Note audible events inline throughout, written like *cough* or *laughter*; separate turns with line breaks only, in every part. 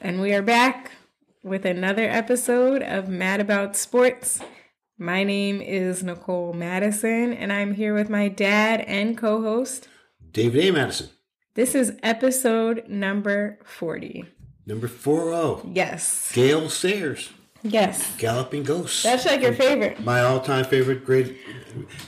And we are back with another episode of Mad About Sports. My name is Nicole Madison, and I'm here with my dad and co host.
David A. Madison,
This is episode number 40.
number 40.
Yes.
Gale Sayers,
Yes.
Galloping Ghosts.
That's like your favorite.
my all time favorite great.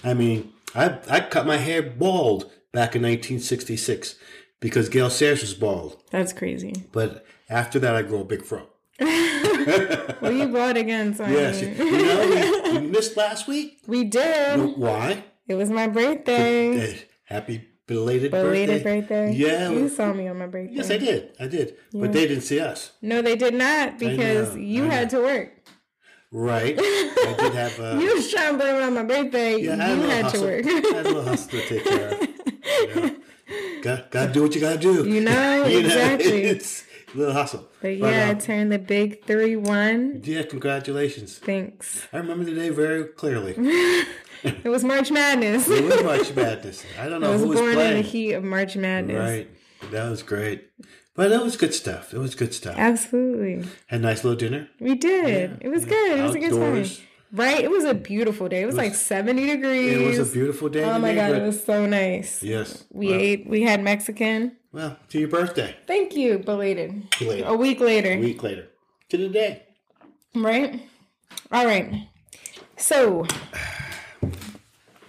I mean, I, I cut my hair bald back in 1966 because Gale Sayers was bald.
That's crazy.
But after that, I grew a big fro.
Well, you brought again, so I
Yes.
mean-
You know, you, you missed last week.
we did.
Why?
It was my birthday.
Eh, Happy belated,
Belated birthday.
Yeah.
You saw me on my birthday.
Yes, I did. I did. But they didn't see us.
No, they did not because
know,
you
I
had to work.
Right. I did have uh,
*laughs*
a.
You was trying to blame it on my birthday.
Yeah, I had a
you
little
had to
hustle.
work.
I had a little hustle to take care
*laughs*
of. Got, got to do what you got to do.
You
*laughs*
know, exactly.
it's a little hustle.
But yeah, I
um,
turned the big three one.
yeah, congratulations.
Thanks.
I remember the day
*laughs*
very clearly. It
It was March Madness. I *laughs*
was March Madness. I don't know
was
who was
born in the
playing.
heat of March Madness.
right. That was great. But that was good stuff. It was good stuff.
Absolutely.
Had a nice little dinner.
We did. it was good. It was
Outdoors.
a good time. Right? It was a beautiful day. It was, like 70 degrees.
It was a beautiful day.
oh
in the
my God, it
neighborhood.
was so nice.
Yes.
We
well,
ate, we had Mexican.
well, to your birthday.
Thank you, belated.
Later.
A week later.
A week later. To the day.
Right? All right. So,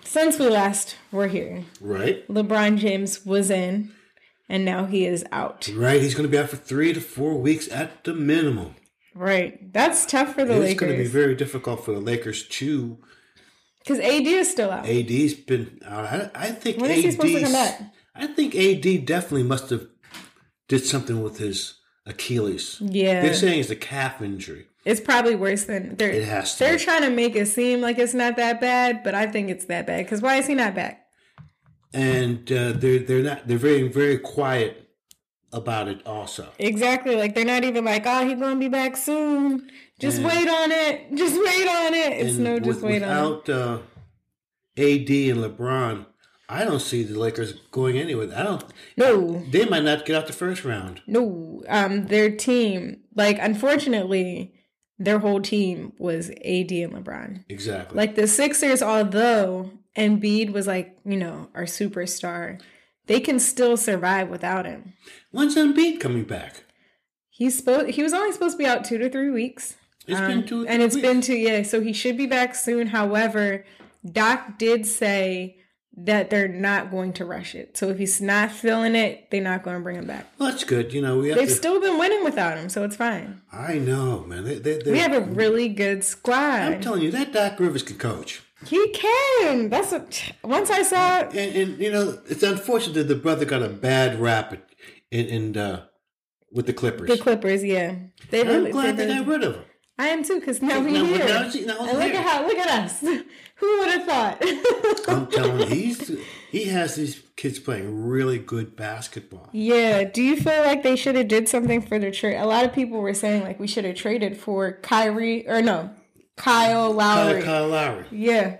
since we last were here,
Right.
LeBron James was in and now he is out.
Right. He's going to be out for three to four weeks at the minimum.
Right. That's tough for the
It's going to be
Lakers.
very difficult for the Lakers to.
Because AD is still out.
AD's been. Uh, I, I think
When is
AD.
he supposed to come back?
I think AD definitely must have did something with his Achilles.
Yeah.
They're saying it's a calf injury.
It's probably worse than they're.
It has to
They're
be.
trying to make it seem like it's not that bad, but I think it's that bad. Because why is he not back?
and uh, they're they're not they're very very quiet about it. Also,
Exactly. Like they're not even like, oh, he's gonna be back soon. Just
Yeah.
wait on it. *laughs* Just wait on it. It's
And
no, just
with-
wait on it.
without uh, AD and LeBron. I don't see the Lakers going anywhere. I don't.
No,
They might not get out the first round.
no. Um, their team, like, unfortunately, their whole team was AD and LeBron.
Exactly.
Like the Sixers, although Embiid was like, you know, our superstar, they can still survive without him.
When's Embiid coming back?
He's supposed. He was only supposed to be out two to three weeks.
It's been two.
Um, and it's
it's
been two yeah so he should be back soon however doc did say that they're not going to rush it so if he's not feeling it they're not going to bring him back
Well, that's good. You know, we have
they've
to.
still been winning without him so it's fine
I know, man. They, they, they,
we have a really good
I'm
squad
telling you, that Doc Rivers can coach.
he can that's what once i saw
And, and you know, it's unfortunate that the brother got a bad rap in, in uh, with the Clippers.
the clippers yeah they
I'm
really,
glad
they
they
really-
got rid of him.
i am too because now
Now,
we're here
now it's- now it's
and look
here.
at how look at us *laughs* who would have thought *laughs*
I'm telling you, he's, he has these kids playing really good basketball.
Yeah. Do you feel like they should have did something for the trade? A lot of people were saying like we should have traded for Kyrie or no, Kyle
Kyle,
Lowry.
Kyle Lowry.
Yeah.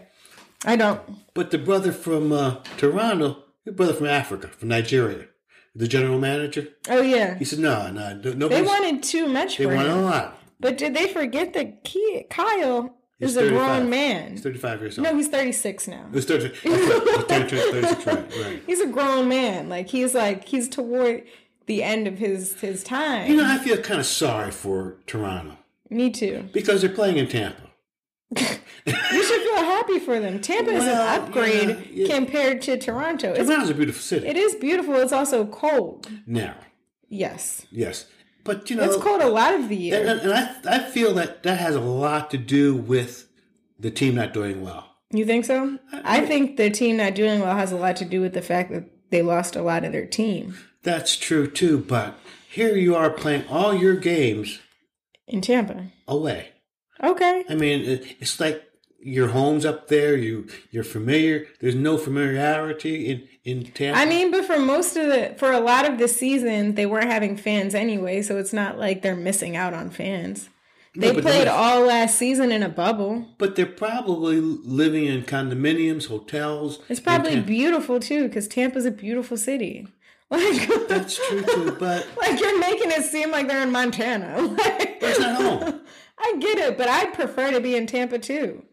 I don't.
But the brother from uh, Toronto, the brother from Africa, from Nigeria, the general manager,
Oh yeah.
he said, no, no,
They
nobody.
wanted too much
They
for
want a
him.
lot.
But did they forget that Ki Kyle
He's
is a
35.
grown man?
He's 35 years old.
No, he's 36 now.
It was 30, that's right. He turned 36, right, right.
He's a grown man. Like he's like he's toward the end of his his time.
You know, I feel kind of sorry for Toronto
Me too.
because they're playing in Tampa.
You should feel happy for them. Tampa is an
Well, yeah,
upgrade
yeah.
compared to Toronto. It's
Toronto's a beautiful city.
It is beautiful. It's also cold.
now,
Yes.
yes. But, you know,
It's cold a lot of the
and,
year.
and- and I, I feel that that has a lot to do with the team not doing well.
You think so? I think the team not doing well has a lot to do with the fact that they lost a lot of their team
That's true, too. But here you are playing all your games
in Tampa.
away.
Okay.
I mean, it- it's like your home's up there. You you're familiar. There's no familiarity in in Tampa.
I mean, but for most of the for a lot of the season, they weren't having fans anyway, so it's not like they're missing out on fans. They
but
played
they're-
all last season in a bubble.
But they're probably living in condominiums, hotels.
It's probably
in town.
beautiful too, because Tampa's a beautiful city. *laughs* Like
That's true too, but
like you're making it seem like they're in Montana. *laughs* Like,
it's not home.
I get it, but I prefer to be in Tampa too.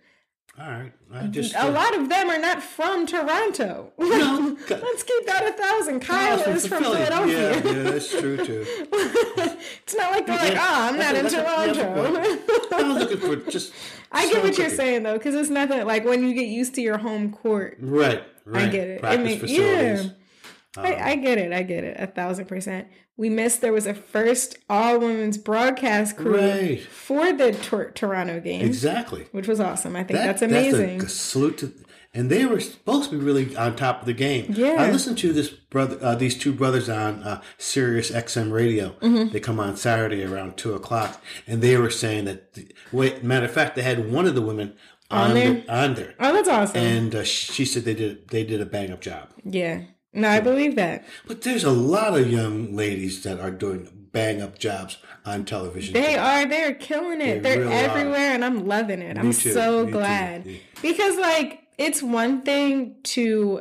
All right, I
*laughs*
just
A lot of them are not from Toronto. *laughs*
No.
Let's keep that a thousand. Kyle is from Philadelphia.
Yeah, yeah, that's true too.
*laughs* it's not like they're like,
Yeah.
oh, I'm not in
That's a- that's a
Toronto.
good point. I was looking for just.
*laughs* I get
some
what you're
cookie.
saying though, because it's nothing like when you get used to your home court.
Right, right.
get it. I
Practice
mean,
facilities.
yeah.
Um,
I, I get it. I get it. A thousand percent. We missed there was a first all women's broadcast crew
Right.
for the Tor- Toronto game,
Exactly.
which was awesome. I think
That-
that's amazing.
That's a g- salute to, and they were supposed to be really on top of the game.
Yeah.
I listened to this brother, uh, these two brothers on uh, Sirius XM radio.
Mm-hmm.
They come on Saturday around two o'clock, and they were saying that. The, wait, matter of fact, they had one of the women on,
On there?
The, on there,
oh, that's awesome.
and uh, she said they did they did a bang up job.
yeah. No, I believe that.
But there's a lot of young ladies that are doing bang up jobs on television.
They are. They're killing it.
They
They're
really are.
everywhere, and I'm loving it. I'm
Me too.
so
Me too.
glad
Yeah.
because, like, it's one thing to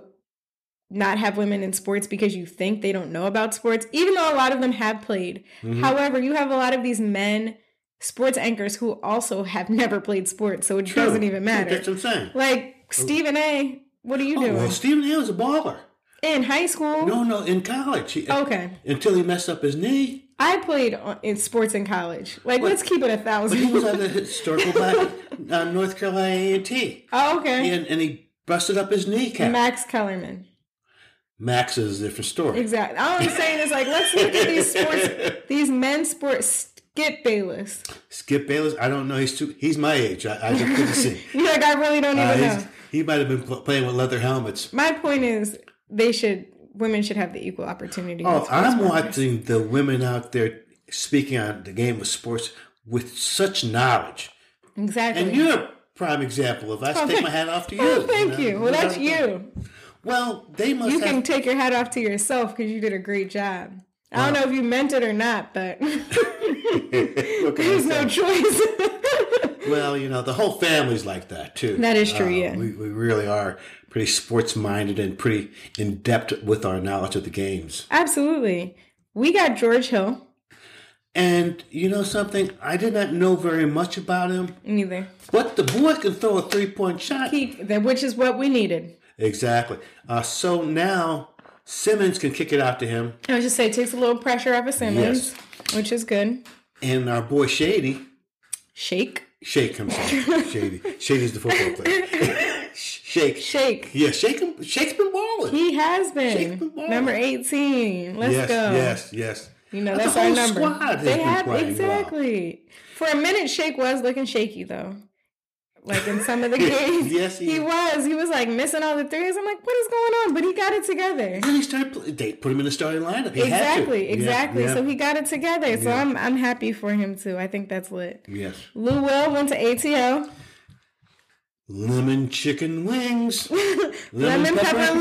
not have women in sports because you think they don't know about sports, even though a lot of them have played.
Mm-hmm.
However, you have a lot of these men sports anchors who also have *laughs* never played sports, so it
True.
doesn't even matter.
That's what I'm saying.
like Stephen A. What are you
Oh,
doing
well, Stephen A. was a baller.
in high school?
No, no, in college. He-
Oh, Okay,
Until he messed up his knee.
I played on- in sports in college. Like, let's keep it a
He
thousand.
was at the historical black uh, North Carolina A&T,
*laughs* Oh, okay.
and, and he busted up his kneecap. Max,
Max Kellerman.
is a different story.
Exactly. All I'm saying is like, let's look at these sports,
*laughs*
these men's sports. Skip Bayless. *laughs*
Skip Bayless, I don't know. He's too, he's my age. I, I just couldn't
*laughs*
see.
You're like, I really don't
Uh,
even
he's-
know.
he might have been pl- playing with leather helmets.
My point is, they should, women should have the equal opportunity. in
Oh,
sports
I'm
broadcast.
watching the women out there speaking on the game of sports with such knowledge,
Exactly.
and you're a prime example of. I
Oh,
take
thank-
my hat off to you.
Oh, thank
know,
you. Well, that's you.
Well, they must.
You
have
can take your hat off to yourself because you did a great job. I don't know if you meant it or not, but *laughs*
What can I
there's
say?
no choice. *laughs*
Well, you know, the whole family's like that too. Uh,
That is true, yeah.
We, we really are pretty sports minded and pretty in depth with our knowledge of the games.
Absolutely. We got George Hill.
And you know something? I did not know very much about him,
Neither.
but the boy can throw a three point shot.
He, that- which is what we needed.
exactly. Uh, so now Simmons can kick it out to him,
I would just say it takes a little pressure off of Simmons, which is good.
and our boy Shady.
Shake.
Shake
*laughs*
himself. Shady. Shady's the football player. Shake.
Shake.
Yeah, Shake him. Shake's been balling.
He has
Shake the
been.
ball.
Number 18. Let's
yes,
go.
yes, yes.
You know,
The
that's our
whole
number.
Squad has
they
been
have
playing well.
exactly. For a minute Shake was looking shaky though. Like in some
*laughs*
of the games.
Yes, he
he
is.
was. He was like missing all the threes. I'm like, what is going on? But he got it together.
Then he started. pl- They put him in the starting lineup. He had to.
Exactly,
Yeah,
exactly.
yeah,
So he got it together. So I'm I'm happy for him too. I think that's lit.
yes,
Lou Will went to ATL.
lemon chicken wings, lemon,
*laughs* Lemon pepper and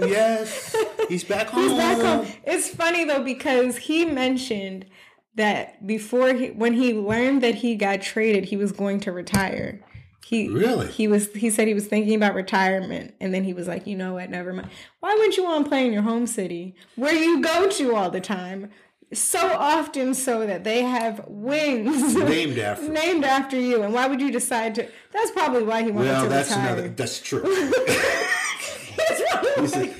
lou. yes, he's back home.
He's back home. *laughs* It's funny though because he mentioned that before he, when he learned that he got traded, he was going to retire. He
Really?
he was he said he was thinking about retirement, and then he was like, you know what, never mind. Why wouldn't you want to play in your home city where you go to all the time, so often, so that they have wings *laughs*
Named after.
named after you? And why would you decide to? That's probably why he wanted
Well,
to
that's
retire. *laughs*
another. That's true.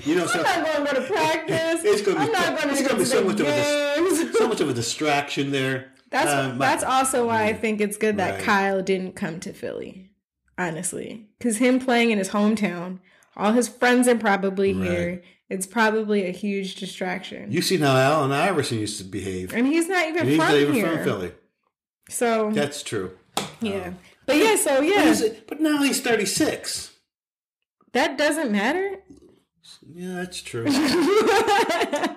you know, so-
I'm not going to go to practice.
It's gonna be-
I'm not going
it's
to go to
gonna be so
the
much of a
games.
*laughs* so much of a distraction there.
That's
Um,
that's also why I think it's good that
Right.
Kyle didn't come to Philly, honestly, because him playing in his hometown, all his friends are probably here. It's probably a huge distraction,
You've seen how Allen Iverson used to behave.
and he's not even
He's
from
not even
here.
from Philly. Oh.
So
That's true.
yeah, but yeah, so
But
yeah,
he's- But now he's thirty six.
that doesn't
*laughs*
matter.
Yeah, that's
*laughs*
true.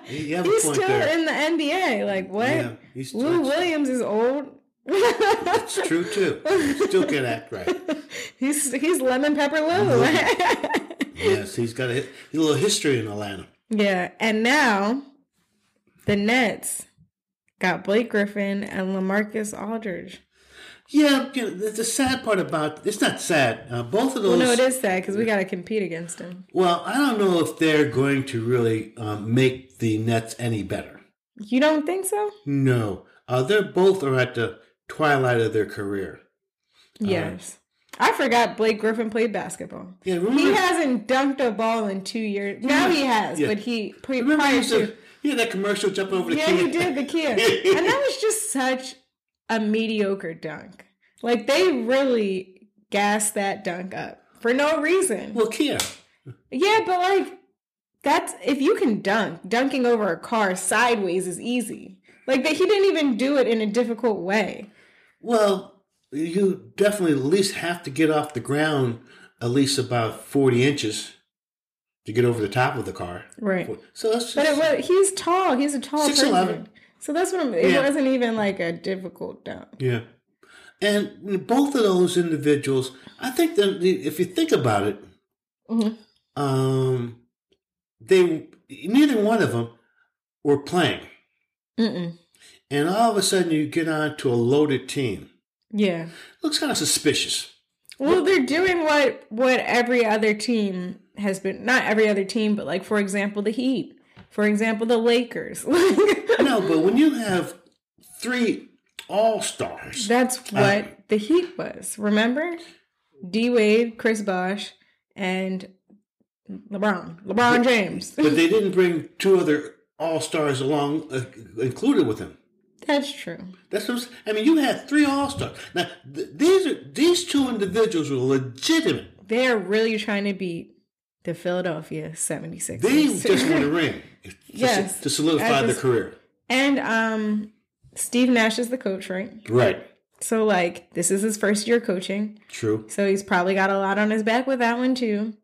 he's
You have a point
still
there.
in the NBA. Like what?
Yeah, he's
Lou Williams is old.
It's true too. Still can act right.
He's he's lemon pepper Lou.
Yes, he's got a, hi- a little history in Atlanta.
*laughs* yeah, and now the Nets got Blake Griffin and LaMarcus Aldridge.
Yeah, you know, the, the sad part about it's not sad. Uh, both of
Well,
those.
no, it is sad because we got to compete against him.
well, I don't know if they're going to really um, make the Nets any better.
You don't think so?
No, uh, they're both are at the twilight of their career.
Yes. I forgot Blake Griffin played basketball.
Yeah, remember,
He hasn't dunked a ball in two years. Now he has,
Yeah.
but he pre-
remember
prior
used to-
to.
yeah that commercial jumping over
*laughs*
the
Yeah,
kid?
you did the Kia, and that was just such a mediocre dunk. Like they really gassed that dunk up for no reason.
Well, Kia.
Yeah, but like that's if you can dunk, dunking over a car sideways is easy. Like that he didn't even do it in a difficult way.
Well, you definitely at least have to get off the ground at least about forty inches to get over the top of the car.
Right.
So that's just,
But it was he's tall. He's a tall
6'11".
person. So that's what I'm, it
Yeah.
wasn't even like a difficult dunk.
Yeah. And both of those individuals, I think that if you think about it,
Mhm.
um, they neither one of them were playing,
Mm-mm.
and all of a sudden you get on to a loaded team.
Yeah.
Looks kind of suspicious.
Well, they're doing what what every other team has been not every other team, but like for example the Heat, for example the Lakers. *laughs*
No, but when you have three all stars,
That's what the Heat was. Remember, D Wade, Chris Bosh, and LeBron, LeBron James. *laughs*
but they didn't bring two other all stars along uh, included with them.
That's true.
That's what I'm saying. I mean, you had three all stars. Now th- these are these two individuals were legitimate.
They're really trying to beat the Philadelphia 76ers.
They
*laughs*
just want to ring to,
Yes.
to solidify
I
their
just-
career.
and um, Steve Nash is the coach, right?
Right.
So like this is his first year coaching,
True.
so he's probably got a lot on his back with that one too.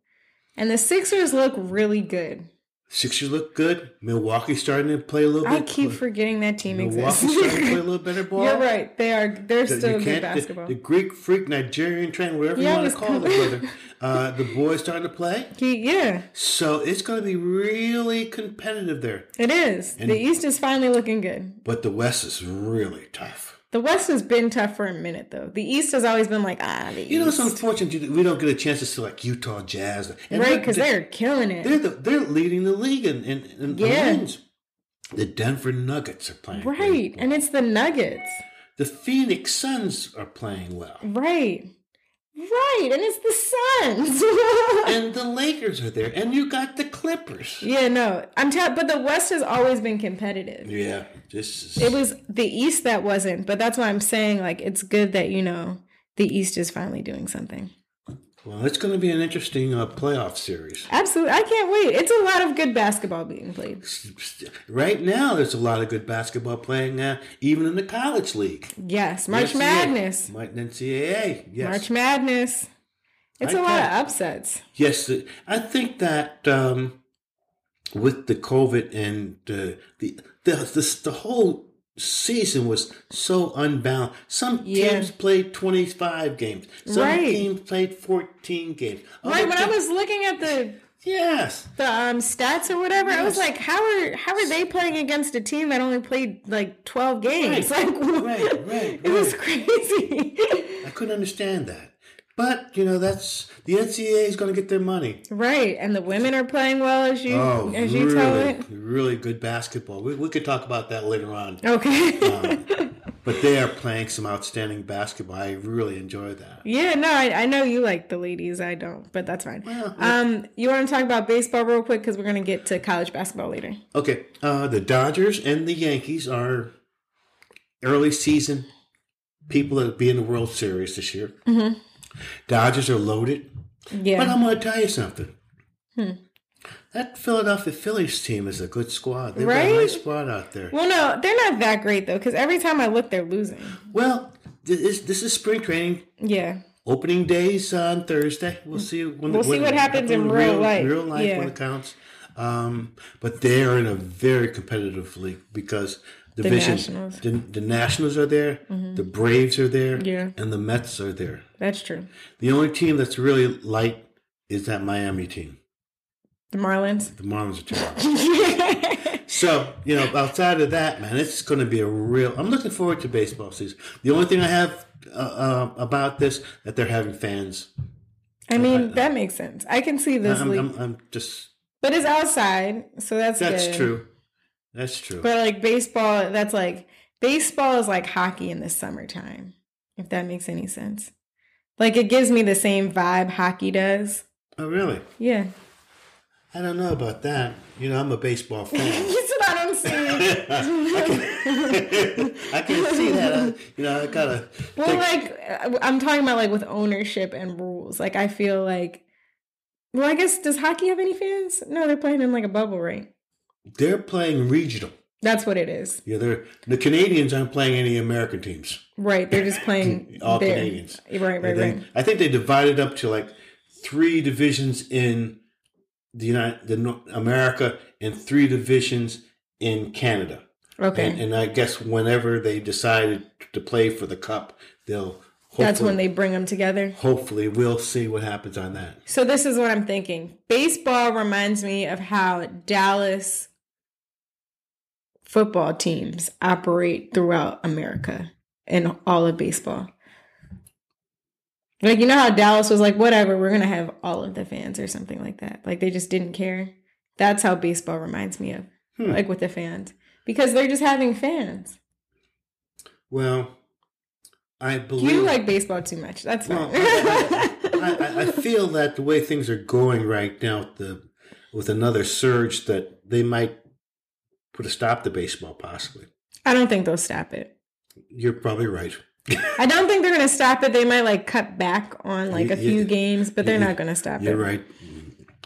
And the Sixers look really good.
Sixers look good. Milwaukee starting to play a little
I
bit.
keep forgetting that team *laughs*
Milwaukee
exists.
starting to play a little better ball.
You're right. They are. They're
That you
still good
can't- the-
basketball.
The, Greek freak, Nigerian train, whatever
Yeah,
you want
it's
to call
cool. *laughs*
the brother. Uh, the boys starting to play.
He, yeah,
So it's going to be really competitive there.
it is. the East is finally looking good.
But the West is really tough.
The West has been tough for a minute though. The East has always been like ah, the East.
You know, it's unfortunate you- we don't get a chance to see like Utah Jazz. And
right?
they're-
Because
they're
they're killing it.
they're, the, they're leading the league in, in, in
Yeah.
wins. The Denver Nuggets are playing great.
right, and it's the Nuggets.
The Phoenix Suns are playing well.
Right, right, and it's the Suns. *laughs*
And the Lakers are there. And you got the Clippers.
yeah, no, I'm telling. But the West has always been competitive.
Yeah. This
It
is,
was the East that wasn't, but that's why I'm saying like it's good that you know the East is finally doing something.
well, it's going to be an interesting uh, playoff series.
Absolutely, I can't wait. It's a lot of good basketball being played.
Right now, there's a lot of good basketball playing, uh, even in the college league.
Yes, March
NCAA.
Madness.
My- NCAA, yes.
March Madness. It's
I
a lot of
can't-
upsets.
Yes, the- I think that um, with the COVID and uh, the the the, the whole season was so unbalanced. Some
Yeah.
teams played twenty five games. Some
Right.
teams played fourteen games. Other
Right when I
teams-
was looking at the
yes,
the um, stats or whatever, I was
Yes.
like, how are how are they playing against a team that only played like twelve games?
Right,
Like, what?
right, right,
it was
right.
crazy. *laughs*
I couldn't understand that. But you know that's the NCAA is going to get their money.
right, and the women are playing well as you
Oh,
as
really,
you tell it.
really good basketball. We, we could talk about that later on.
Okay.
But they are playing some outstanding basketball. I really enjoy that.
yeah, no, I, I know you like the ladies. I don't, but that's fine.
Well,
um, you want to talk about baseball real quick because we're gonna get to college basketball later.
Okay, uh, the Dodgers and the Yankees are early season people that be in the World Series this year. Dodgers are loaded,
Mm-hmm. Yeah. Hmm.
but um, I'm going to tell you something. That Philadelphia Phillies team is a good squad. They've got
Right?
a nice squad out there.
Well, no, they're not that great though, because every time I look, they're losing.
Well, this is, this is spring training.
Yeah,
Opening days on Thursday. We'll see. When
We'll see what happens in real life.
Real life
Yeah.
when it counts. Um, but they are in a very competitive league because division.
Nationals. Mm-hmm.
The, the Nationals are there. The Braves are there.
Yeah.
And the Mets are there.
that's true.
The only team that's really light is that Miami team.
The Marlins. *laughs*
The Marlins are terrible. So, you know, outside of that, man, it's going to be a real. I'm looking forward to baseball season. The only thing I have uh, uh, about this that they're having fans.
I mean, that makes sense. I can see this
I'm,
league,
I'm, I'm just.
but it's outside, so that's
That's
good.
true. That's true.
But like baseball, that's like baseball is like hockey in the summertime, if that makes any sense. Like it gives me the same vibe hockey does.
oh, really?
Yeah,
I don't know about that. You know, I'm a baseball fan. *laughs*
that's what I'm saying.
I can *laughs* see that. I, you know, I gotta.
well, like I- I'm talking about like with ownership and rules. Like I feel like, well, I guess does hockey have any fans? No, they're playing in like a bubble rink.
They're playing regional.
That's what it is,
Yeah, they're the Canadians aren't playing any American teams.
right? They're
*coughs*
just playing
All
their-
Canadians.
Right, right,
And
right.
then I think they divided up to like three divisions in the United the North, America and three divisions in Canada.
Okay,
And, and I guess whenever they decided to play for the cup, they'll hopefully,
that's when they bring them together.
hopefully we'll see what happens on that.
So this is what I'm thinking. Baseball reminds me of how Dallas football teams operate throughout America and all of baseball. Like you know how Dallas was like, whatever, we're gonna have all of the fans or something like that. Like they just didn't care. That's how baseball reminds me of,
Hmm.
like with the fans, because they're just having fans.
Well, I believe
You like baseball too much. That's fine.
Well, I,
*laughs*
I, I- I feel that the way things are going right now, with the with another surge, that they might put a stop to baseball. Possibly,
I don't think they'll stop it.
you're probably right.
I don't think they're gonna stop it. They might like cut back on like a
You-
few
you-
games, but they're
you-
not gonna stop
You're
it.
right.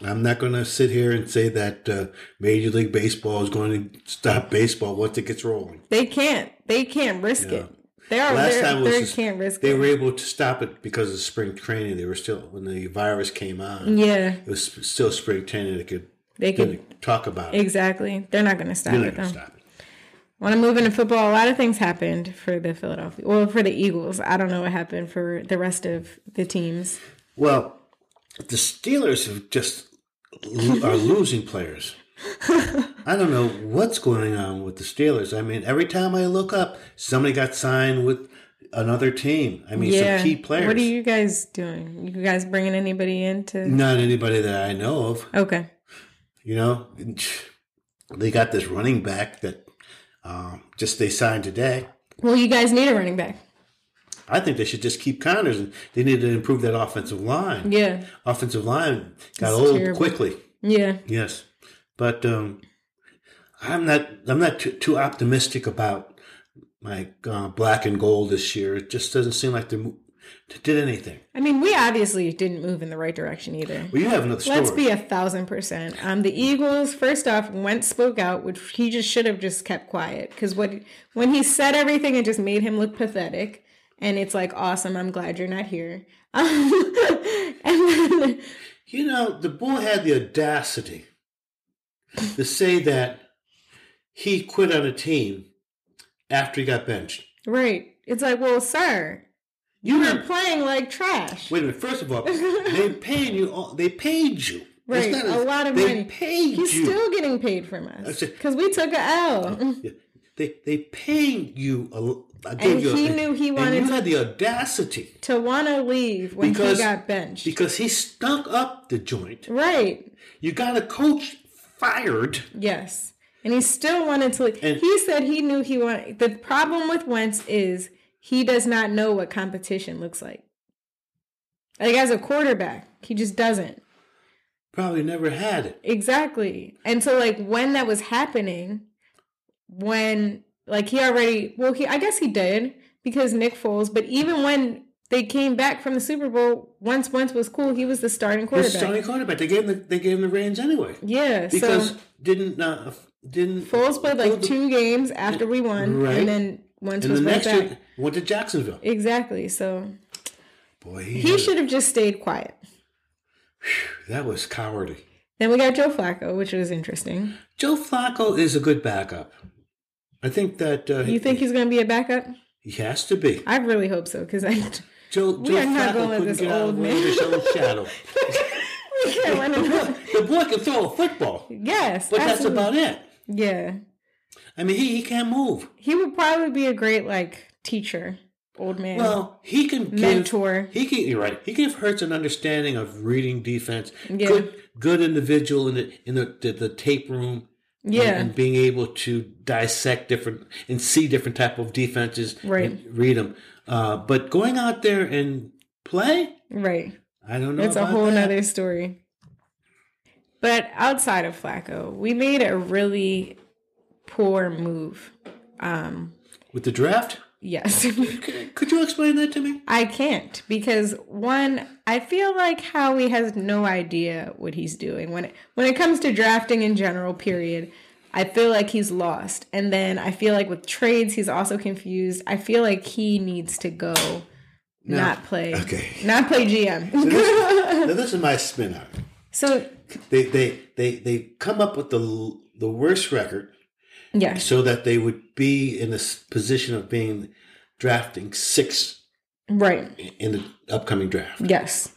I'm not going to sit here and say that uh, Major League Baseball is going to stop baseball once it gets rolling.
They can't. They can't risk
Yeah.
it. They are.
Last
they're-
time was
they
just-
can't risk
They
it.
were able to stop it because of spring training. They were still when the virus came on.
yeah,
It was sp- still spring training. They could,
they
they
could.
could talk about it.
Exactly. They're not gonna stop
They're not
it
going
though.
to stop it.
When I move into football, a lot of things happened for the Philadelphia. Well, for the Eagles, I don't know what happened for the rest of the teams.
Well, the Steelers have just
*laughs*
lo- are losing players. I don't know what's going on with the Steelers. I mean, every time I look up, somebody got signed with another team. I mean,
yeah.
some key players. Mm.
What are you guys doing? You guys bringing anybody in to?
Not anybody that I know of.
Okay.
You know, they got this running back that um, just they signed today.
Well, you guys need a running back.
I think they should just keep Connors, and they need to improve that offensive line.
Yeah.
Offensive line got
It's
old
terrible.
quickly.
Yeah.
Yes, but um, I'm not. I'm not too, too optimistic about my uh, black and gold this year. It just doesn't seem like they mo- they did anything.
I mean, we obviously didn't move in the right direction either.
Well, you have another story.
Let's be a thousand percent. Um, the Eagles. First off, Wentz spoke out, which he just should have just kept quiet because what when he said everything, it just made him look pathetic. And it's like awesome. I'm glad you're not here. *laughs* Um, and then,
you know, the bull had the audacity to say that he quit on a team after he got benched.
right, it's like, well, sir,
You
you were
were-
playing like trash.
Wait a minute. First
*laughs*
of all, they paid you. All, they paid you. That's
Right,
not
a lot of
they
money.
paid
He's
you.
still getting paid from us
That's it.
because we took a L. *laughs*
Yeah. They they paid you a. l- I gave
And
you a-
he knew he wanted
And
to-
you had the audacity
to want to leave when
Because-
he got benched.
because he stunk up the joint.
right.
You got a coach fired.
Yes. And he still wanted to leave.
And-
he said he knew he wanted. The problem with Wentz is he does not know what competition looks like. Like as a quarterback, he just doesn't.
Probably never had it.
Exactly. And so like when that was happening, when like he already well he I guess he did because Nick Foles, but even when they came back from the Super Bowl, once once was cool, he was the starting
He was
quarterback.
starting quarterback. They gave him the, they gave him the reins anyway
yeah.
because
so
didn't uh, didn't
Foles played like two games after we won,
Right.
and then once
And
was
the
right
next
back.
year went to Jacksonville.
Exactly. So
Boy,
he
he,
should have just stayed quiet.
that was cowardly.
Then we got Joe Flacco, which was interesting.
Joe Flacco is a good backup. I think that uh,
You think he's going to be a backup?
he has to be.
I really hope so because I *laughs*
Joe, Joe
are not
Flacco
going with
couldn't
this
get out
old
of the way of
man.
his
*laughs*
own shadow.
we can't win.
*laughs* the boy can throw a football,
Yes,
but that's
absolutely.
about it.
yeah.
I mean, he, he can't move.
He would probably be a great like teacher, old man.
Well, he can give,
Mentor.
He can. You're right. He gives Hurts an understanding of reading defense.
Yeah.
Good, good individual in the in the the, the tape room. and-
yeah.
And, being able to dissect different and see different type of defenses.
Right.
And read them. Uh, but going out there and play,
right.
I don't know.
It's a
about
whole
that.
nother story. But outside of Flacco, we made a really poor move. Um,
with the draft.
yes.
C- Could you explain that to me?
*laughs* I can't because one, I feel like Howie has no idea what he's doing when it, when it comes to drafting in general. Period. I feel like he's lost, and then I feel like with trades he's also confused. I feel like he needs to go, not play,
Okay.
*laughs* not play GM.
Now, this is my spin on it.
*laughs* so
They they they they come up with the l- the worst record
yeah,
so that they would be in this position of being drafting six
right,
in the upcoming draft,
yes,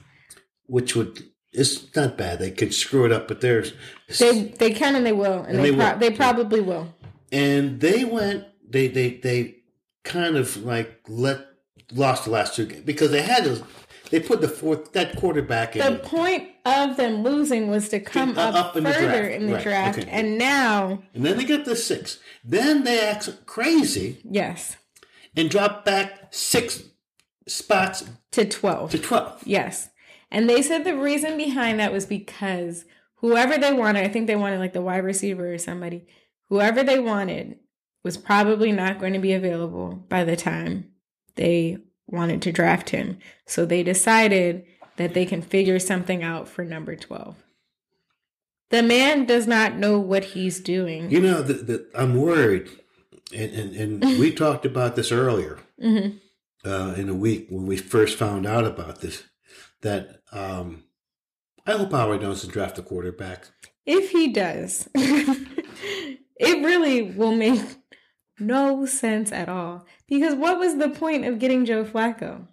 which would it's not bad. They could screw it up, but there's
they they can and they will, and,
And
they
they
pro-
will.
they probably will.
and they went they they they kind of like let lost the last two games because they had to they put the fourth that quarterback in
The point of them losing was to come
Uh,
up,
up in the
further
draft,
in the
right,
draft,
okay.
and now
and then they got the six. Then they act crazy
yes
and drop back six spots
to twelve.
to twelve.
Yes. And they said the reason behind that was because whoever they wanted, I think they wanted like the wide receiver or somebody, whoever they wanted was probably not going to be available by the time they wanted to draft him. So they decided that they can figure something out for number 12. The man does not know what he's doing.
You know, the, the, I'm worried, and, and,
*laughs*
and we talked about this earlier
Mhm.
uh, in a week when we first found out about this. That um, I hope Howard doesn't draft a quarterback.
If he does, *laughs* it really will make no sense at all. Because what was the point of getting Joe Flacco?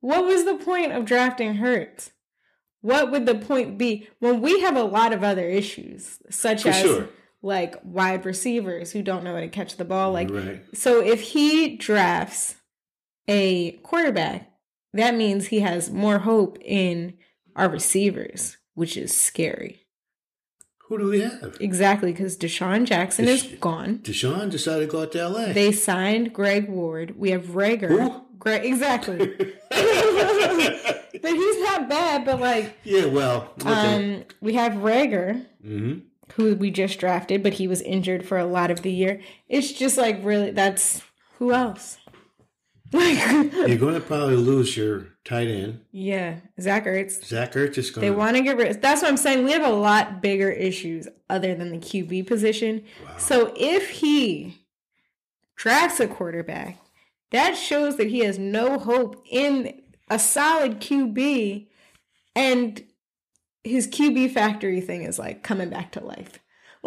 What was the point of drafting Hurts? What would the point be when we have a lot of other issues, such
For
as
sure.
like wide receivers who don't know how to catch the ball? Like,
right.
so if he drafts a quarterback, that means he has more hope in our receivers, which is scary.
Who do we have?
Exactly, because Deshaun Jackson is
Desha-
gone.
Deshaun decided to go out to L.A.
They signed Greg Ward. We have Rager.
Who?
Greg, exactly.
*laughs*
but he's not bad. But like,
*laughs* yeah, well, okay.
um, we have Rager,
hmm
who we just drafted, but he was injured for a lot of the year. It's just like really, that's who else? *laughs* Like,
you're going to probably lose your tight end.
yeah, Zach Ertz.
Zach Ertz is going.
They
to,
want to get rid. That's what I'm saying. We have a lot bigger issues other than the QB position. So if he drafts a quarterback, that shows that he has no hope in a solid QB, and his QB factory thing is like coming back to life. *laughs*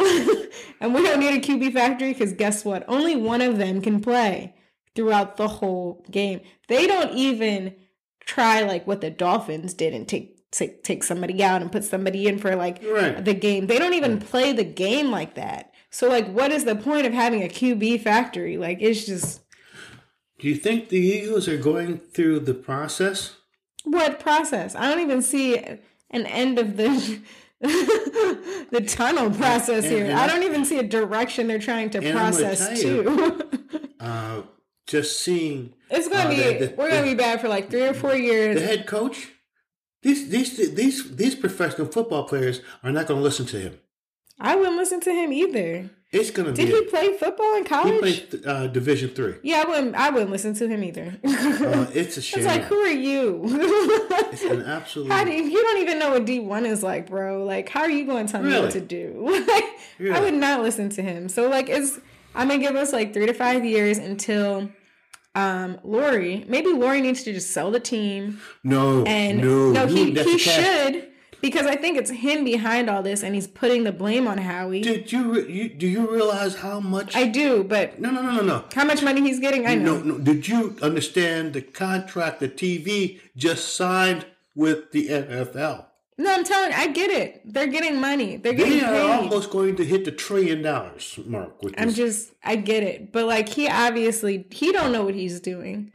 and we don't need a QB factory because guess what? Only one of them can play throughout the whole game. They don't even try like what the Dolphins did and take take, take somebody out and put somebody in for like
Right.
the game. They don't even play the game like that. So like what is the point of having a QB factory? Like it's just
Do you think the Eagles are going through the process?
what process? I don't even see an end of the *laughs* the tunnel process
And-
here.
and-
I don't even see a direction they're trying to
And I'm gonna
process
tell you-
to.
Uh, just seeing
*laughs* it's gonna
Uh,
be
the- the-
we're gonna be bad for like three or four
the
years.
head coach. These these these these professional football players are not going to listen to him.
I wouldn't listen to him either.
It's going to
Did
be.
he play football in
he
college?
played uh, Division Three.
yeah, I wouldn't. I wouldn't listen to him either. *laughs*
Uh, it's a shame.
It's like, who are you? *laughs*
It's an absolute.
How do you, you don't even know what D one is like, bro? Like, how are you going to tell me
Really?
what to do? *laughs* Like, I
Really?
would not listen to him. So, like, it's I'm gonna give us like three to five years until um Lori. Maybe Lori needs to just sell the team,
no,
and
no,
no,
you-
he
that's
he
a cat.
should because I think it's him behind all this, and he's putting the blame on Howie.
Did you, re- you do you realize how much?
I do, but
no, no, no, no, no.
how much money he's getting? I know.
No, no. Did you understand the contract the TV just signed with the NFL?
No, I'm telling. I get it. They're getting money. They're getting
They
paid.
are almost going to hit the trillion dollars mark with
I'm
this.
just. I get it. But like, he obviously he don't know what he's doing.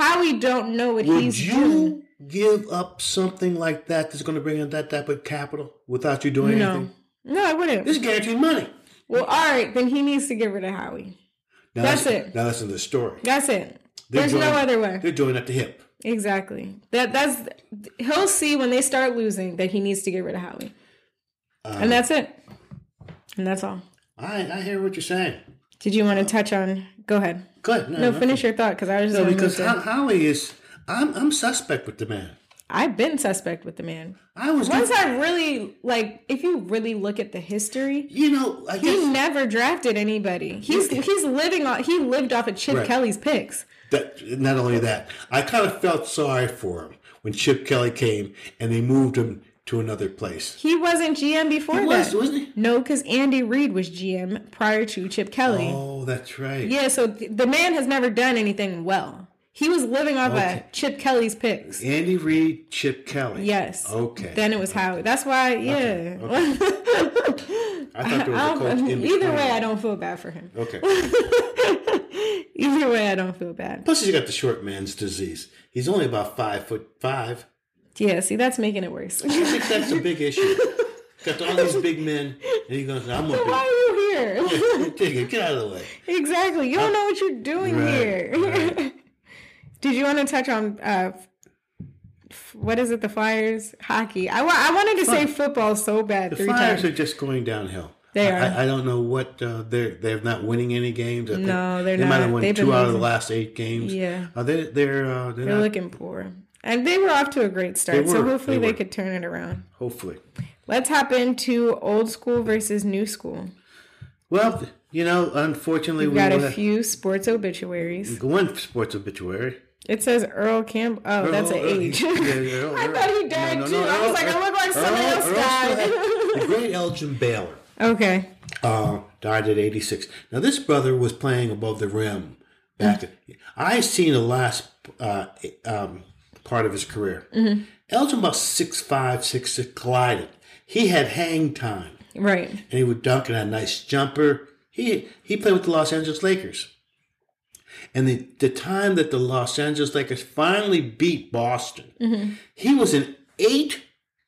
How he don't know what
Would
he's doing?
you give up something like that that's going to bring in that type of capital without you doing
No,
anything?
no, I wouldn't.
This is guaranteed money.
Well, all right, then he needs to get rid of Howie.
Now
That's
listen-
it.
Now listen to the story.
That's it.
They're
There's
doing-
no other way.
They're doing at the hip.
Exactly. That that's he'll see when they start losing that he needs to get rid of Howie,
Uh,
and that's it. And that's all.
I, I hear what you're saying.
Did you want to touch on? Go ahead.
Good. No,
No,
no.
finish your thought because I was just.
No,
gonna
because
move to-
Ho- Howie is. I'm I'm suspect with the man.
I've been suspect with the man.
I was.
Once I really like, if you really look at the history,
you know, I
he
guess
never drafted anybody. He's he's living on. He lived off of Chip
Right.
Kelly's picks.
that not only that, I kind of felt sorry for him when Chip Kelly came and they moved him to another place.
He wasn't GM before
He
that.
was, wasn't he?
No, because Andy Reid was GM prior to Chip Kelly.
Oh, that's right.
Yeah, so th- the man has never done anything well. He was living off
Okay.
of Chip Kelly's picks.
Andy Reid, Chip Kelly.
Yes.
Okay.
Then it was Howie. That's why, yeah.
I thought there was a
I
coach
don't-
in between.
*laughs* either way, I don't feel bad for him.
Okay.
Either way, I don't feel bad.
Plus, he's got the short man's disease. He's only about five foot five.
Yeah, see, that's making it worse. *laughs*
I think that's a big issue. Got all these big men, and he goes, "I'm *laughs* gonna
Why are you here?
be take it. Get out of the way."
exactly. You don't know what you're doing
Right,
here. *laughs* Did you want to touch on uh, f- what is it? The Flyers hockey. I wa- I wanted to say football so bad
The
three
Flyers
times.
are just going downhill.
They
I-
are.
I, I don't know what uh, they're they're not winning any games. I think
No, they're
they might have
not.
won
They've been
two out of the
losing.
last eight games.
Yeah.
uh, they they're uh, they're
They're
not,
looking poor, and they were off to a great start. so
were.
hopefully
They
they,
were.
could turn it around.
hopefully.
Let's hop into old school versus new school.
Well, you know, unfortunately,
We've
we
got
got
a few sports obituaries.
one sports obituary.
It says Earl Campbell. Oh, that's an
Earl-
age.
*laughs*
*laughs*
yeah, Earl-
I
Earl.
thought he died
No, no,
too.
no,
I was like,
Earl-
I look like somebody
Earl-
else
Earl still
died.
had- the great Elgin Baylor
*laughs* okay.
uh, died at 86. Now, this brother was playing above the rim. Back
Mm-hmm.
then. I seen the last uh, um, part of his career.
Mm-hmm.
Elgin about six five, six six, glided. He had hang time,
Right.
and he would dunk and had a nice jumper. He he played with the Los Angeles Lakers. And the, the time that the Los Angeles Lakers finally beat Boston,
Mm-hmm.
he was in eight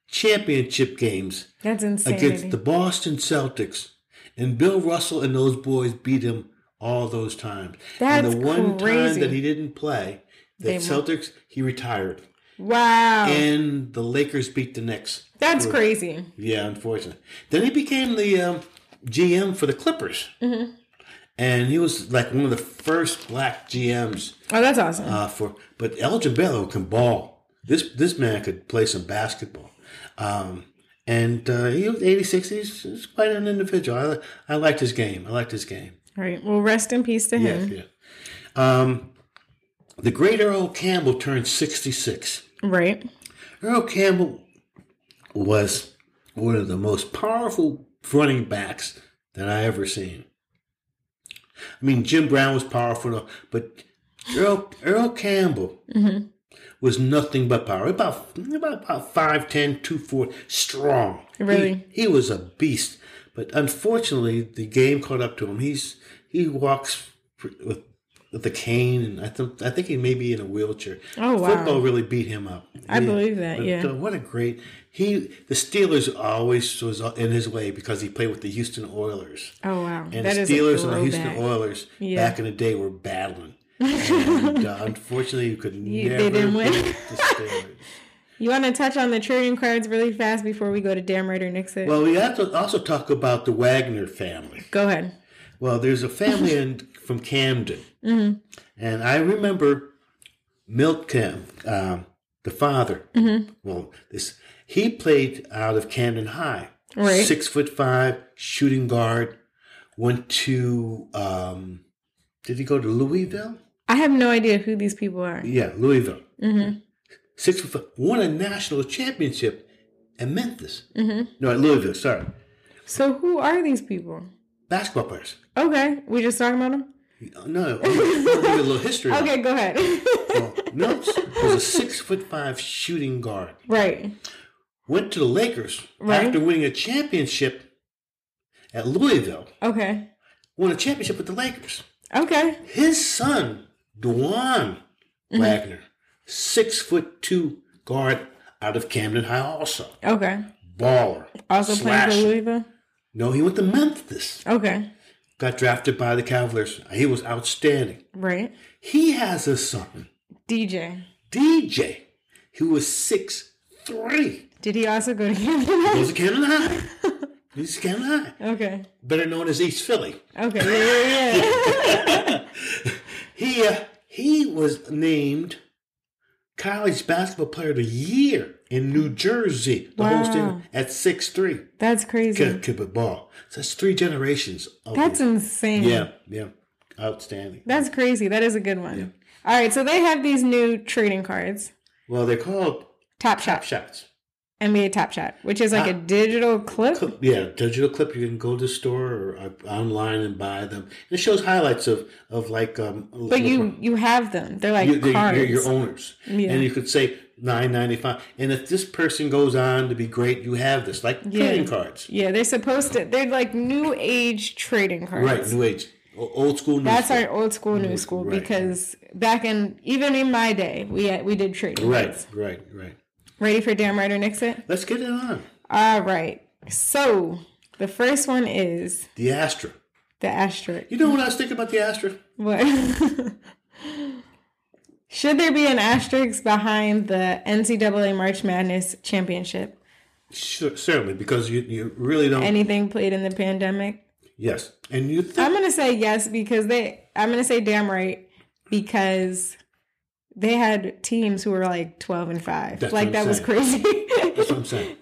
championship games
That's
against
insanity.
the Boston Celtics, and Bill Russell and those boys beat him all those times. and
That's
the one
crazy.
time that he didn't play, the
They won.
Celtics, he retired,
wow.
and the Lakers beat the Knicks.
That's crazy.
Yeah, unfortunately. Then he became the um, GM for the Clippers,
Mm-hmm.
and he was like one of the first black GMs
Oh, that's awesome.
uh, for. But Elgin Baylor can ball. This this man could play some basketball. Um, and uh, he was 86. He's, he's quite an individual. I, li- I liked his game. I liked his game.
All right. Well, rest in peace to
Yeah,
him.
yeah. Um, the great Earl Campbell turned 66.
Right.
Earl Campbell was one of the most powerful running backs that I ever seen. I mean, Jim Brown was powerful, enough, but Earl Earl Campbell
Mm-hmm.
was nothing but power. About about about 5'10", 240, strong.
Really?
he, he was a beast. But unfortunately, the game caught up to him. He's he walks with with a cane, and I think I think he may be in a wheelchair.
Oh, wow.
Football really beat him up.
I believe that,
But,
yeah.
uh, what a great he. The Steelers always was in his way because he played with the Houston Oilers,
Oh, wow.
and
that
the
is
Steelers
a
and the Houston
throwback.
Oilers
Yeah.
back in the day
*laughs*
were battling. and, uh, unfortunately, you could never
didn't win.
beat the Steelers.
You want to touch on the trading cards really fast before we go to Damn Right or Nix It?
well, we have to also talk about the Wagner family.
go ahead.
Well, there's a family in, from Camden,
Mm-hmm.
and I remember Milton, um, the father.
Mm-hmm.
Well, this he played out of Camden High,
Right.
six foot five, shooting guard. Went to um, did he go to Louisville?
I have no idea who these people are.
Yeah, Louisville.
Mm-hmm.
Six foot five, won a national championship at Memphis. Mm-hmm. No, at Louisville. Sorry,
So who are these people?
basketball players.
Okay, we just talking about them.
No, no, I'll give you a little history.
*laughs*
on
Okay, go ahead.
Well, Mills was a six foot five shooting guard.
right.
went to the Lakers
Right.
after winning a championship at Louisville,
Okay.
won a championship with the Lakers.
Okay.
His son, Dewan
Mm-hmm.
Wagner, six foot two guard out of Camden High, also
Okay.
baller.
Also playing
slasher.
for Louisville.
No, he went to Memphis.
Okay.
Got drafted by the Cavaliers. He was outstanding.
Right.
He has a son,
DJ.
DJ, who was six three.
Did he also go to Canada?
Goes to Camden High. He's Camden High,
*laughs* okay.
better known as East Philly.
Okay. Yeah. Yeah.
*laughs*
yeah.
He uh, he was named college basketball player of the year in New Jersey, the
Wow.
whole state at six three.
That's crazy.
Good keeper ball. So that's three generations. Of
That's insane.
yeah, yeah, outstanding.
That's crazy. That is a good one. All right. So they have these new trading cards.
Well, they're called
Top Shot.
top shots.
NBA Top Shot, which is like a digital clip.
Ah. Clip- Yeah, digital clip. You can go to the store or uh, online and buy them. It shows highlights of of like um.
But you you have them. They're like
you, they're-
cards.
You're your owners,
Yeah.
and you could say nine ninety five. And if this person goes on to be great, you have this like
Yeah.
trading cards,
Yeah, they're supposed to. They're like new age trading cards.
right? New age, o- old school. New
That's
school.
our old school, new school.
right.
Because back in even in my day, we had, we did trading
right,
cards.
right, right.
Ready for damn right or nix it?
Let's get it on
All right. So the first one is
the Astra.
the asterisk.
You know what I was thinking about the Astra?
What? Should there be an asterisk behind the NCAA March Madness championship?
Sure, certainly, because you you really don't.
Anything played in the pandemic?
yes, and you think
I'm gonna say yes because they. I'm gonna say damn right because they had teams who were like 12 and five.
That's
like
what
that
I'm
was crazy. *laughs*
that's what I'm saying.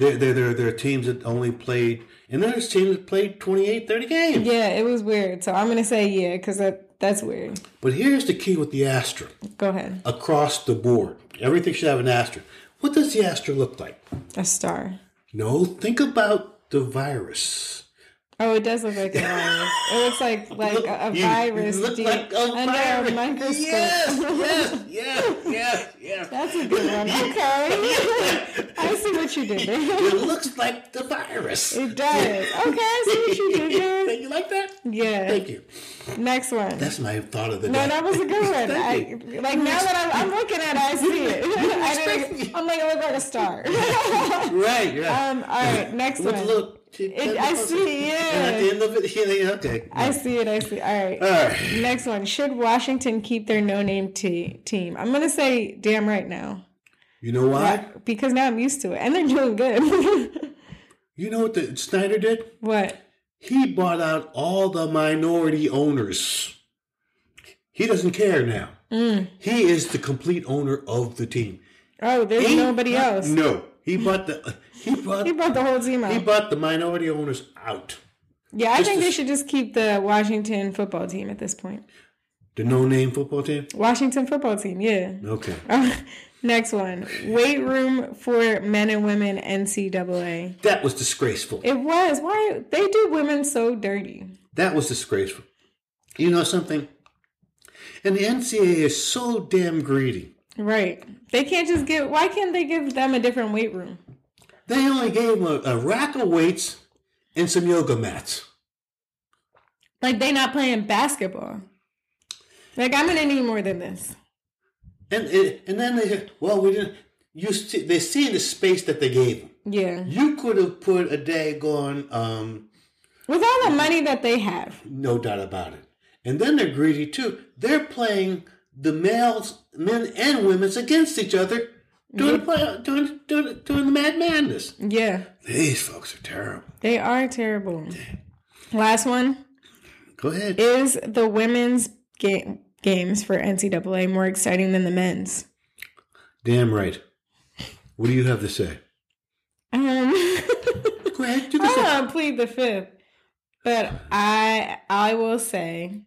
there, there, there, there are teams that only played, and then there's teams that played 28, 30 games.
yeah, it was weird. So I'm gonna say yeah because that that's weird.
But here's the key with the Astra.
Go ahead,
across the board. Everything should have an asterisk. What does the asterisk look like?
a star.
No, think about the virus.
Oh, it does look like
*laughs*
a virus. It looks like like a, a
You- you
virus
look
de-
like a
under
virus.
a microscope.
Yes, yes, yes, yes, yes.
That's a good
*laughs*
one. Okay, *laughs* I see what you did. there.
It looks like
*laughs*
the virus.
It does. Okay, I see what you did.
*laughs*
there.
you like that?
Yeah.
Thank you.
Next one.
That's my thought of the
No,
day.
that was a good one.
*laughs* Thank
I, like now that I'm, I'm looking at it, *laughs* I see it. I
expect me.
didn't, I'm like, it looked like a star.
*laughs* Right, yeah.
um, all right, next
Look,
one.
look. She-
It, I see,
And at
yeah.
the end of it, *laughs* yeah, yeah, okay.
I see it. I see. All right.
All right.
Next one. Should Washington keep their no-name te- team? I'm gonna say damn right now
You know why?
because now I'm used to it, and they're doing good. *laughs*
You know what the Snyder did?
what?
He bought out all the minority owners. He doesn't care now.
Mm.
He is the complete owner of the team.
Oh, there's
He-
nobody else.
No, he bought the *laughs* he bought
He brought the whole team
he
out.
bought the minority owners out.
Yeah, I
just
think
to-
they should just keep the Washington football team at this point.
The no-name football team.
Washington football team. Yeah. *laughs*
Okay,
Next one. Weight room for men and women NCAA.
that was disgraceful.
It was. Why they do women so dirty.
That was disgraceful. You know something? And the NCAA is so damn greedy.
Right. They can't just give why can't they give them a different weight room?
They only gave him a, a rack of weights and some yoga mats.
Like they not playing basketball. Like I'm gonna need more than this.
And it, and then they well we didn't you see, they see the space that they gave them.
Yeah.
You could have put a day going um
With all the money that they have.
no doubt about it. And then they're greedy too. They're playing the males, men and women's against each other during the play, during, during during the Mad Madness.
Yeah.
These folks are terrible.
They are terrible. Last one.
Go ahead.
Is the women's game games for NCAA more exciting than the men's?
Damn right. What do you have to say?
Um *laughs*
Go ahead. Do the
I
same.
don't plead the fifth, but I I will say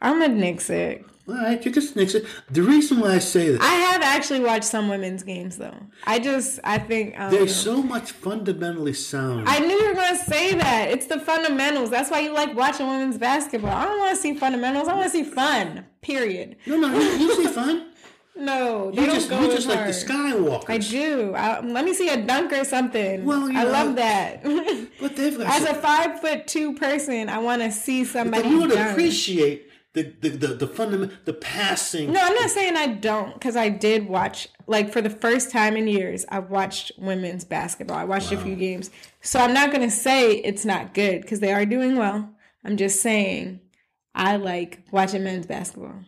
I'm a nix it.
All right, you can nix it. The reason why I say this,
I have actually watched some women's games though. I just I think um,
they're so much fundamentally sound.
I knew you were gonna say that. It's the fundamentals. That's why you like watching women's basketball. I don't want to see fundamentals. I want to see fun. Period. *laughs*
No, no, you, you say fun.
No, they
You
don't
just
go
you
as
just like
hard.
the Skywalkers.
I do. I, let me see a dunk or something.
Well, you
I
know-
love that. *laughs*
But they've got
As
some-
a five foot two person, I want to see somebody.
But you would
dunk.
appreciate the the the, the fundamental the passing.
No, I'm not saying I don't, because I did watch, like, for the first time in years, I watched women's basketball. I watched a few games. So I'm not going to say it's not good, because they are doing well. I'm just saying I like watching men's basketball.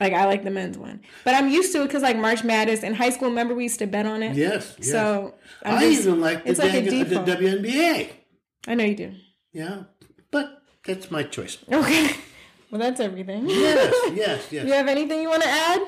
Like, I like the men's one. But I'm used to it because, like, March Madness in high school, remember we used to bet on it?
Yes, yes.
So I'm
I
just-
even like the,
it's like a
dang- the
default.
WNBA.
I know you do.
Yeah, but that's my choice.
Okay. *laughs* Well, that's everything. *laughs*
Yes, yes, yes.
You have anything you want to add?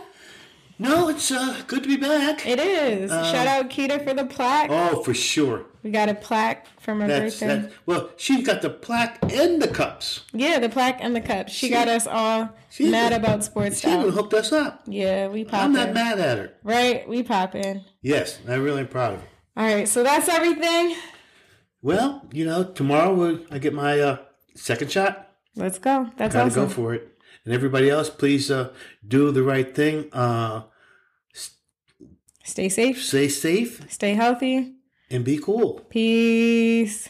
No, it's uh, good to be back.
It is. Shout out Keita for the plaque.
Um, Oh, for sure.
We got a plaque from her
That's
birthday.
that. Well, she's got the plaque and the cups.
Yeah, the plaque and the cup. She, got us all
she-
mad about sports
She even
stuff.
hooked us up.
Yeah, we
I'm
popping.
not mad at her.
Right, we popping.
Yes, I'm really proud of her.
All right, so that's everything.
Well, you know, tomorrow we, I get my uh, second shot.
Let's go. That's
Gotta
awesome.
go for it. And everybody else, please uh, do the right thing. Uh,
Stay safe.
stay safe
Stay healthy.
and be cool.
Peace.